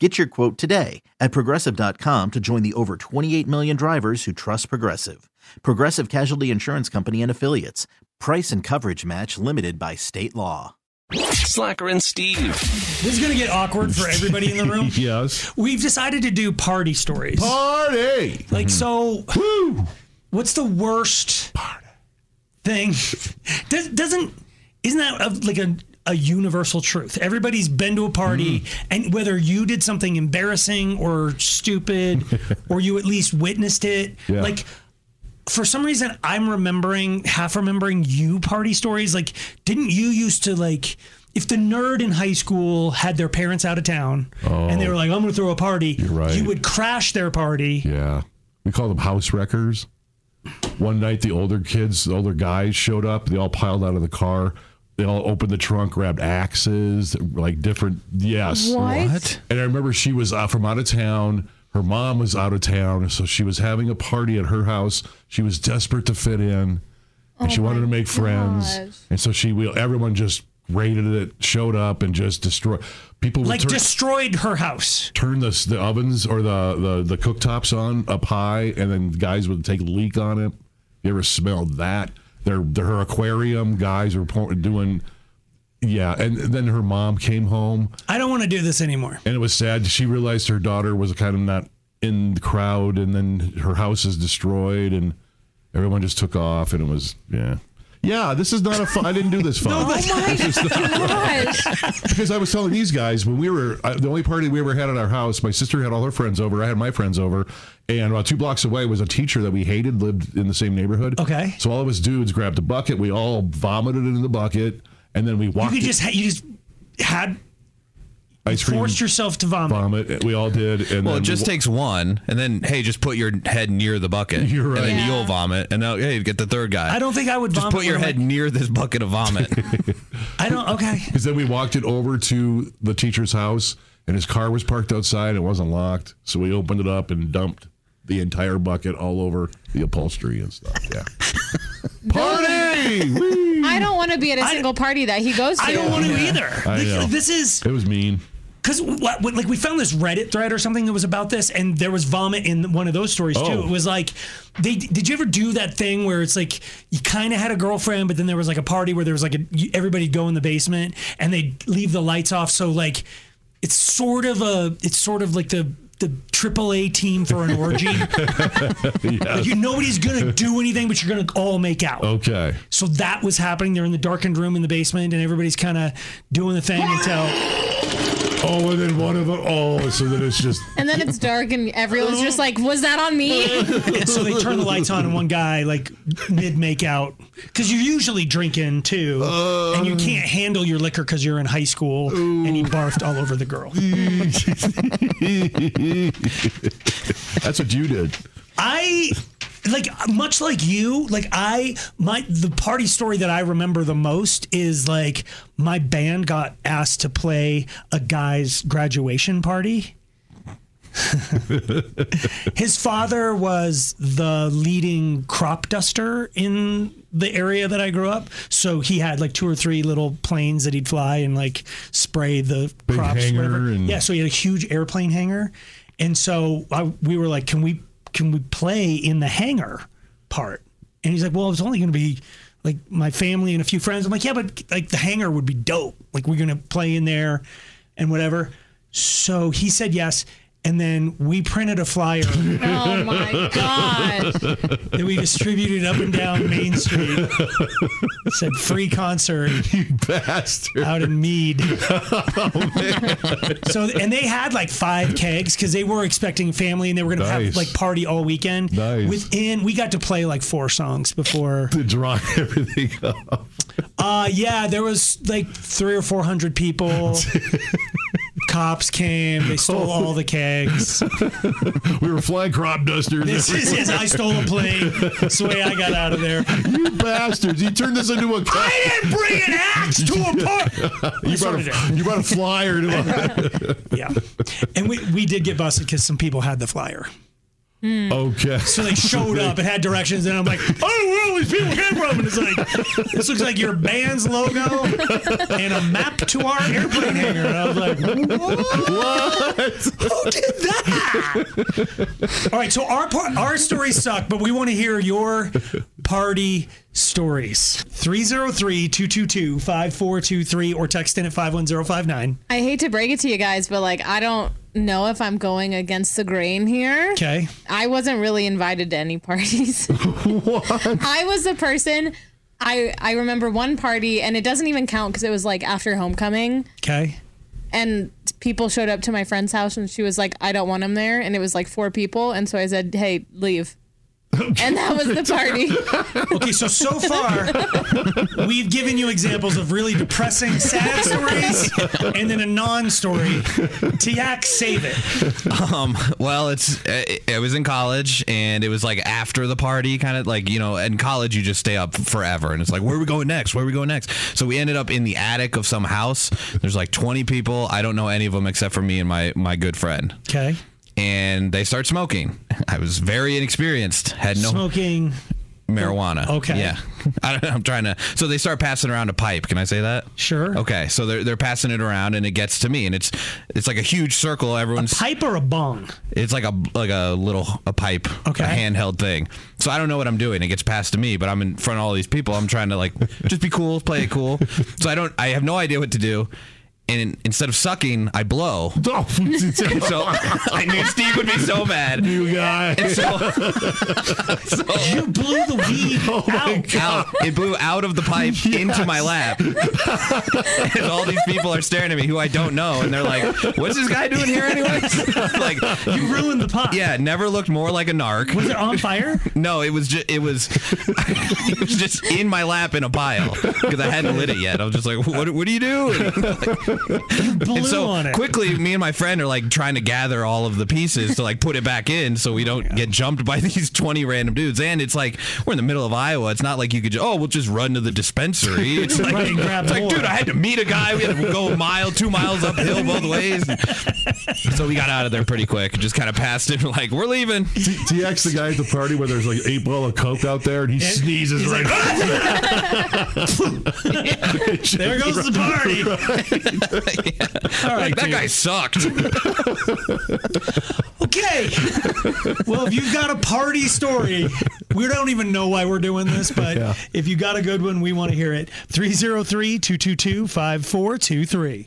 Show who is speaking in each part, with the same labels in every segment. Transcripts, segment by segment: Speaker 1: Get your quote today at progressive.com to join the over 28 million drivers who trust Progressive. Progressive Casualty Insurance Company and Affiliates. Price and coverage match limited by state law.
Speaker 2: Slacker and Steve.
Speaker 3: This is going to get awkward for everybody in the room.
Speaker 4: yes.
Speaker 3: We've decided to do party stories.
Speaker 4: Party.
Speaker 3: like, so,
Speaker 4: Woo.
Speaker 3: what's the worst thing? Does, doesn't, isn't that a, like a, a universal truth? Everybody's been to a party,
Speaker 4: Mm-hmm.
Speaker 3: and whether you did something embarrassing or stupid, or you at least witnessed it,
Speaker 4: Yeah.
Speaker 3: like, for some reason, I'm remembering, half remembering you party stories. Like, didn't you used to like, if the nerd in high school had their parents out of town and they were like, I'm going to throw a party,
Speaker 4: Oh. right.
Speaker 3: you would crash their party.
Speaker 4: Yeah. We call them house wreckers. One night, the older kids, the older guys showed up. They all piled out of the car. They all opened the trunk, grabbed axes, like different. Yes.
Speaker 5: What?
Speaker 4: And I remember she was uh, from out of town. Her mom was out of town, so she was having a party at her house. She was desperate to fit in, and she wanted to make friends.
Speaker 5: Oh gosh.
Speaker 4: And so she, we, everyone just raided it, showed up, and just destroyed. People would
Speaker 3: Like,
Speaker 4: turn-
Speaker 3: destroyed her house.
Speaker 4: turn the the ovens or the the the cooktops on up high, and then guys would take a leak on it. You ever smelled that? Their their her aquarium guys were pour, doing. Yeah, and then her mom came home,
Speaker 3: I don't want to do this anymore.
Speaker 4: and it was sad. She realized her daughter was kind of not in the crowd, and then her house is destroyed, and everyone just took off, and it was yeah, yeah. This is not a fun. I didn't do this fun.
Speaker 5: Gosh.
Speaker 4: Because I was telling these guys when we were uh, the only party we ever had at our house. My sister had all her friends over. I had my friends over, and about two blocks away was a teacher that we hated lived in the same neighborhood.
Speaker 3: Okay.
Speaker 4: So all of us dudes grabbed a bucket. We all vomited in the bucket, and then we
Speaker 3: You
Speaker 4: walked.
Speaker 3: could just, ha- you just had
Speaker 4: ice cream
Speaker 3: forced yourself to vomit.
Speaker 4: vomit. We all did, and
Speaker 6: Well,
Speaker 4: then
Speaker 6: it just
Speaker 4: we,
Speaker 6: takes one, and then hey, just put your head near the bucket.
Speaker 4: You're right.
Speaker 6: And then
Speaker 5: Yeah.
Speaker 6: you'll vomit, and now hey, get the third guy.
Speaker 3: I don't think I would
Speaker 6: just
Speaker 3: vomit.
Speaker 6: put your
Speaker 3: when
Speaker 6: head
Speaker 3: I'm-
Speaker 6: near this bucket of vomit.
Speaker 3: I don't, okay.
Speaker 4: because then we walked it over to the teacher's house, and his car was parked outside. It wasn't locked, so we opened it up and dumped the entire bucket all over the upholstery and stuff. Yeah. Party! Whee!
Speaker 5: I don't want to be at a
Speaker 3: I-
Speaker 5: single party that he goes to.
Speaker 3: I don't want to either.
Speaker 4: I
Speaker 3: Like,
Speaker 4: know.
Speaker 3: This is
Speaker 4: It was mean.
Speaker 3: Because like we found this Reddit thread or something that was about this, and there was vomit in one of those stories too.
Speaker 4: Oh.
Speaker 3: It was like, they did you ever do that thing where it's like you kind of had a girlfriend, but then there was like a party where there was like a, you- everybody'd go in the basement and they'd leave the lights off, so like it's sort of a it's sort of like the the AAA team for an orgy. Like you nobody's gonna do anything, but you're gonna all make out.
Speaker 4: Okay.
Speaker 3: So that was happening. They're in the darkened room in the basement, and everybody's kind of doing the thing until.
Speaker 4: Oh, and then one of them. Oh, so then it's just.
Speaker 5: And then it's dark, and everyone's just like, "Was that on me?"
Speaker 3: And so they turn the lights on, and one guy like mid make out because you're usually drinking too, and you can't handle your liquor because you're in high school, and he barfed all over the girl.
Speaker 4: That's what you did.
Speaker 3: I like much like you, like I my the party story that I remember the most is like my band got asked to play a guy's graduation party. His father was the leading crop duster in the area that I grew up. So he had like two or three little planes that he'd fly and like spray the
Speaker 4: Big
Speaker 3: crops.
Speaker 4: hangar
Speaker 3: whatever.
Speaker 4: and-
Speaker 3: yeah, so he had a huge airplane hangar, and so I, we were like, "Can we can we play in the hangar part?" And he's like, "Well, it's only going to be like my family and a few friends." I'm like, "Yeah, but like the hangar would be dope. Like we're going to play in there, and whatever." So he said yes, and then we printed a flyer
Speaker 5: Oh my god!
Speaker 3: that we distributed up and down Main Street. It said free concert
Speaker 4: Bastard.
Speaker 3: out in Mead. so and they had like five kegs because they were expecting family and they were gonna have
Speaker 4: Nice.
Speaker 3: like party all weekend.
Speaker 4: Nice.
Speaker 3: Within we got to play like four songs before.
Speaker 4: To dry everything up.
Speaker 3: Uh yeah, there was like three or four hundred people. Cops came. They stole all the kegs.
Speaker 4: We were flying crop dusters.
Speaker 3: This is yes, I stole a plane. That's the way I got out of there.
Speaker 4: you bastards. You turned this into a.
Speaker 3: I didn't bring an axe to a party.
Speaker 4: You brought
Speaker 3: sort
Speaker 4: a, you brought a flyer to a.
Speaker 3: Yeah, and we we did get busted because some people had the flyer.
Speaker 4: Okay.
Speaker 3: Mm. So they showed up and had directions, and I'm like, I don't know where all these people came from. And it's like, this looks like your band's logo and a map to our airplane hangar. And I was like, what? Who did that? all right, so our par- our stories suck, but we want to hear your party stories. 303-222-5423 or text in at 51059.
Speaker 5: I hate to break it to you guys, but like I don't know if I'm going against the grain here.
Speaker 3: Okay.
Speaker 5: I wasn't really invited to any parties. I was the person. I I remember one party, and it doesn't even count because it was like after homecoming,
Speaker 3: Okay.
Speaker 5: and people showed up to my friend's house, and she was like, "I don't want them there," and it was like four people, and so I said, "Hey, leave." and that was the party.
Speaker 3: Okay, so so far we've given you examples of really depressing, sad stories, and then a non-story. Tiak, save it.
Speaker 6: Well, it's I, I was in college and it was like after the party, kind of like you know, in college you just stay up forever and it's like where are we going next? Where are we going next? So we ended up in the attic of some house. There's like 20 people. I don't know any of them except for me and my my good friend.
Speaker 3: Okay,
Speaker 6: And they start smoking. I was very inexperienced. Had no
Speaker 3: smoking.
Speaker 6: marijuana.
Speaker 3: Okay.
Speaker 6: Yeah. I don't know. I'm trying to. So they start passing around a pipe. Can I say that?
Speaker 3: Sure.
Speaker 6: Okay. So they're they're passing it around and it gets to me and it's it's like a huge circle. Everyone's
Speaker 3: Pipe or a bong?
Speaker 6: it's like a like a little a pipe,
Speaker 3: Okay.
Speaker 6: a handheld thing. So I don't know what I'm doing. It gets passed to me, but I'm in front of all these people. I'm trying to like just be cool, play it cool. So I don't. I have no idea what to do. And in- instead of sucking, I blow.
Speaker 4: Oh,
Speaker 6: So I knew Steve would be so mad.
Speaker 4: you guy.
Speaker 6: So,
Speaker 3: You blew the weed
Speaker 4: my
Speaker 3: out.
Speaker 6: out, it blew out of the pipe into my lap. and all these people are staring at me who I don't know. And they're like, what's this guy doing here, anyways? like,
Speaker 3: You ruined the pot.
Speaker 6: yeah, never looked more like a narc.
Speaker 3: Was it on fire?
Speaker 6: No, it was just it was it was just in my lap in a pile because I hadn't lit it yet. I was just like, "What? What do you do?"
Speaker 3: Blew
Speaker 6: And so
Speaker 3: on it.
Speaker 6: quickly, me and my friend are like trying to gather all of the pieces to like put it back in
Speaker 3: Oh
Speaker 6: so we don't get jumped by these twenty random dudes. And it's like we're in the middle of Iowa. It's not like you could just oh we'll just run to the dispensary. It's like,
Speaker 3: Right, and grab
Speaker 6: it's like
Speaker 3: more.
Speaker 6: dude, I had to meet a guy. We had to go a mile, two miles uphill both ways. so we got out of there pretty quick. Just kind of passed it. Like we're leaving.
Speaker 4: TX, the guy at the party where there's like eight ball of coke out there, and he sneezes
Speaker 3: He's
Speaker 4: right.
Speaker 3: like, there goes the party. All right,
Speaker 6: Like that
Speaker 3: dude.
Speaker 6: guy sucked.
Speaker 3: Okay. well, if you've got a party story, we don't even know why we're doing this, but
Speaker 4: Yeah.
Speaker 3: if you got a good one, we want to hear it. 303 222 5423.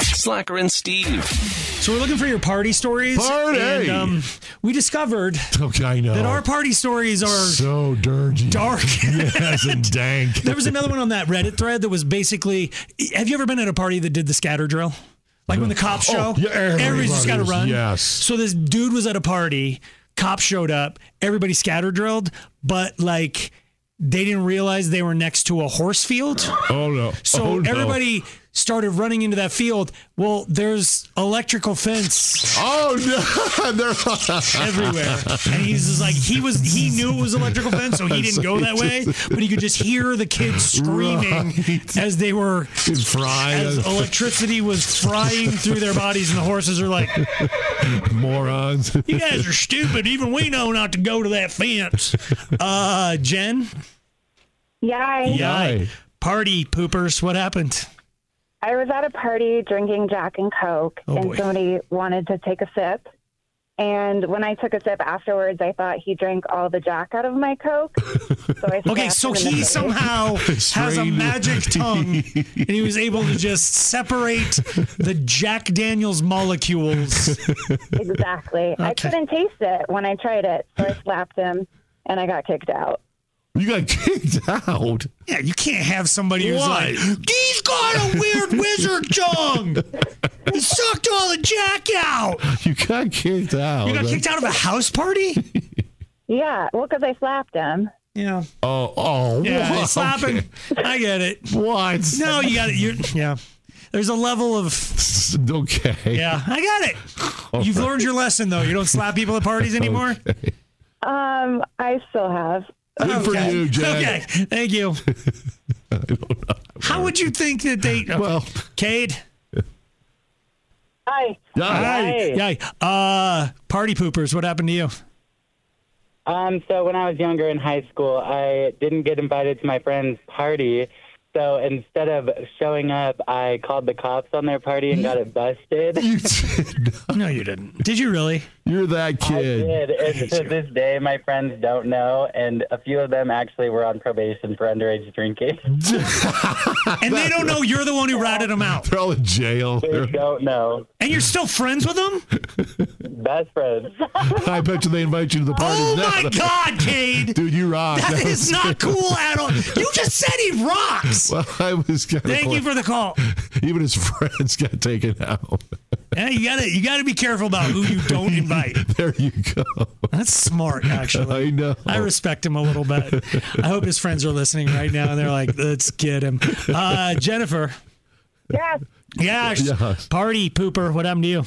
Speaker 7: Slacker and Steve.
Speaker 3: So we're looking for your party stories.
Speaker 4: Party!
Speaker 3: And, um, we discovered
Speaker 4: Okay, I know.
Speaker 3: that "Ah!" our party stories are
Speaker 4: so dirty.
Speaker 3: dark.
Speaker 4: yes, and dank.
Speaker 3: There was another one on that Reddit thread that was basically. Have you ever been at a party that did the scatter drill? Like when the cops show,
Speaker 4: Oh, yeah,
Speaker 3: everybody's just got to run.
Speaker 4: everybody's- yes.
Speaker 3: So this dude was at a party. Cops showed up. Everybody scatter drilled, but like they didn't realize they were next to a horse field.
Speaker 4: Oh no.
Speaker 3: So
Speaker 4: Oh, no.
Speaker 3: everybody started running into that field. Well, there's electrical fence
Speaker 4: Oh no. They're-
Speaker 3: everywhere, and he's just like he was. He knew it was electrical fence, so he didn't go that way. But he could just hear the kids screaming
Speaker 4: Right.
Speaker 3: as they were
Speaker 4: He's frying
Speaker 3: as electricity was frying through their bodies, and the horses are like,
Speaker 4: morons.
Speaker 3: "You guys are stupid. Even we know not to go to that fence." Uh, Jen,
Speaker 8: Yeah,
Speaker 4: Yay.
Speaker 3: party poopers. What happened?
Speaker 8: I, I was at a party drinking Jack and Coke,
Speaker 3: Oh,
Speaker 8: and
Speaker 3: boy.
Speaker 8: somebody wanted to take a sip. And when I took a sip afterwards, I thought he drank all the Jack out of my Coke. So I
Speaker 3: Okay,
Speaker 8: slapped
Speaker 3: so
Speaker 8: him in the
Speaker 3: he
Speaker 8: face.
Speaker 3: somehow has a
Speaker 4: Strained.
Speaker 3: magic tongue, and he was able to just separate the Jack Daniels molecules.
Speaker 8: exactly. I
Speaker 3: Okay.
Speaker 8: couldn't taste it when I tried it, so I slapped him, and I got kicked out.
Speaker 4: You got kicked out.
Speaker 3: Yeah, you can't have somebody who's
Speaker 4: Why?
Speaker 3: like, he's got a weird wizard tongue. He sucked all the Jack out.
Speaker 4: You got kicked out.
Speaker 3: You got kicked out of a house party?
Speaker 8: Yeah, well, because I slapped him.
Speaker 3: Yeah.
Speaker 4: Oh, oh,
Speaker 3: Yeah,
Speaker 4: wow.
Speaker 3: it's slapping. I get it.
Speaker 4: What?
Speaker 3: No, you got it. You're, yeah. There's a level of
Speaker 4: Okay.
Speaker 3: yeah. I got it. You've learned your lesson though. You don't slap people at parties anymore.
Speaker 8: Um, I still have.
Speaker 4: Good for you, Jack.
Speaker 3: Okay. Thank you. How would you think that they?
Speaker 4: Well,
Speaker 3: Cade.
Speaker 8: Hi.
Speaker 3: Hi. Yay. Uh, party poopers. What happened to you?
Speaker 9: Um, so when I was younger in high school, I didn't get invited to my friend's party. So instead of showing up, I called the cops on their party and got it busted.
Speaker 4: you did.
Speaker 3: No, you didn't. Did you really?
Speaker 4: You're that
Speaker 9: I
Speaker 4: kid.
Speaker 9: did. And to this day, my friends don't know, and a few of them actually were on probation for underage drinking.
Speaker 3: And they don't know you're the one who ratted them out.
Speaker 4: They're all in jail.
Speaker 9: they don't know.
Speaker 3: And you're still friends with them?
Speaker 9: Best friends.
Speaker 4: I bet you they invite you to the party.
Speaker 3: Oh
Speaker 4: now.
Speaker 3: my God, Cade.
Speaker 4: Dude, you rock.
Speaker 3: That
Speaker 4: was-
Speaker 3: is not cool at all. You just said he rocks.
Speaker 4: Well, I was kind of.
Speaker 3: Thank you for the call.
Speaker 4: Even his friends got taken out.
Speaker 3: Yeah, you gotta you gotta be careful about who you don't invite.
Speaker 4: There you go.
Speaker 3: That's smart, actually.
Speaker 4: I know.
Speaker 3: I respect him a little bit. I hope his friends are listening right now and they're like, let's get him. Uh, Jennifer.
Speaker 8: Yes.
Speaker 3: Yes.
Speaker 4: Yes.
Speaker 3: Party pooper. What happened to you?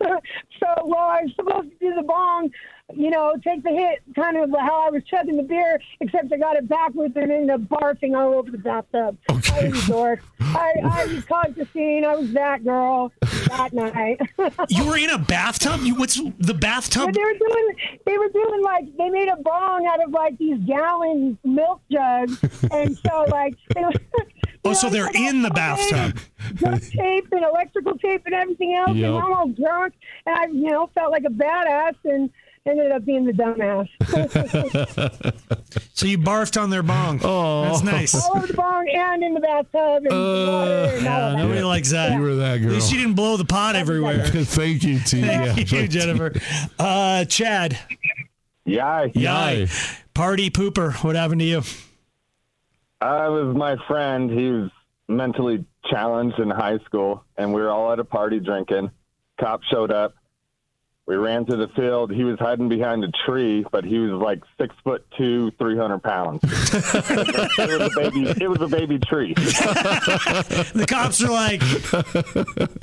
Speaker 8: So while I was supposed to do the bong, you know, take the hit, kind of how I was chugging the beer, except I got it backwards and ended up barfing all over the bathtub. I was a dork. I, I was caused the scene. I was that girl that night.
Speaker 3: You were in a bathtub? You what's the bathtub?
Speaker 8: But they were doing, they were doing like they made a bong out of like these gallon milk jugs, and so like. They were,
Speaker 3: Oh, so they're in the bathtub.
Speaker 8: duct tape and electrical tape and everything else.
Speaker 4: Yep.
Speaker 8: And I'm all drunk, and I, you know, felt like a badass and ended up being the dumbass.
Speaker 3: So you barfed on their bong.
Speaker 4: Oh.
Speaker 3: That's nice.
Speaker 8: all over the barn and in the bathtub and the water and all
Speaker 3: Uh, Yeah,
Speaker 8: of
Speaker 3: nobody
Speaker 8: that.
Speaker 3: likes that.
Speaker 4: You were that
Speaker 3: At
Speaker 4: girl.
Speaker 3: least you didn't blow the pot everywhere.
Speaker 4: Thank you, T.
Speaker 3: Thank
Speaker 4: Yeah.
Speaker 3: you, Jennifer. Uh, Chad.
Speaker 9: Yeah.
Speaker 3: Yay. Party pooper. What happened to you?
Speaker 9: I was my friend. He was mentally challenged in high school, and we were all at a party drinking. Cop showed up. We ran to the field. He was hiding behind a tree, but he was like six foot two, three hundred pounds. it was a baby. It was a baby tree.
Speaker 3: The cops are like,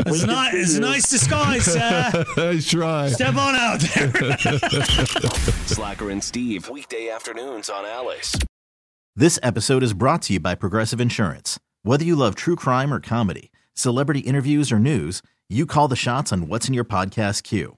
Speaker 3: it's, not, it's a nice disguise, sir.
Speaker 4: Nice try.
Speaker 3: Step on out there.
Speaker 7: Slacker and Steve. Weekday afternoons on Alice.
Speaker 1: This episode is brought to you by Progressive Insurance. Whether you love true crime or comedy, celebrity interviews, or news, you call the shots on what's in your podcast queue.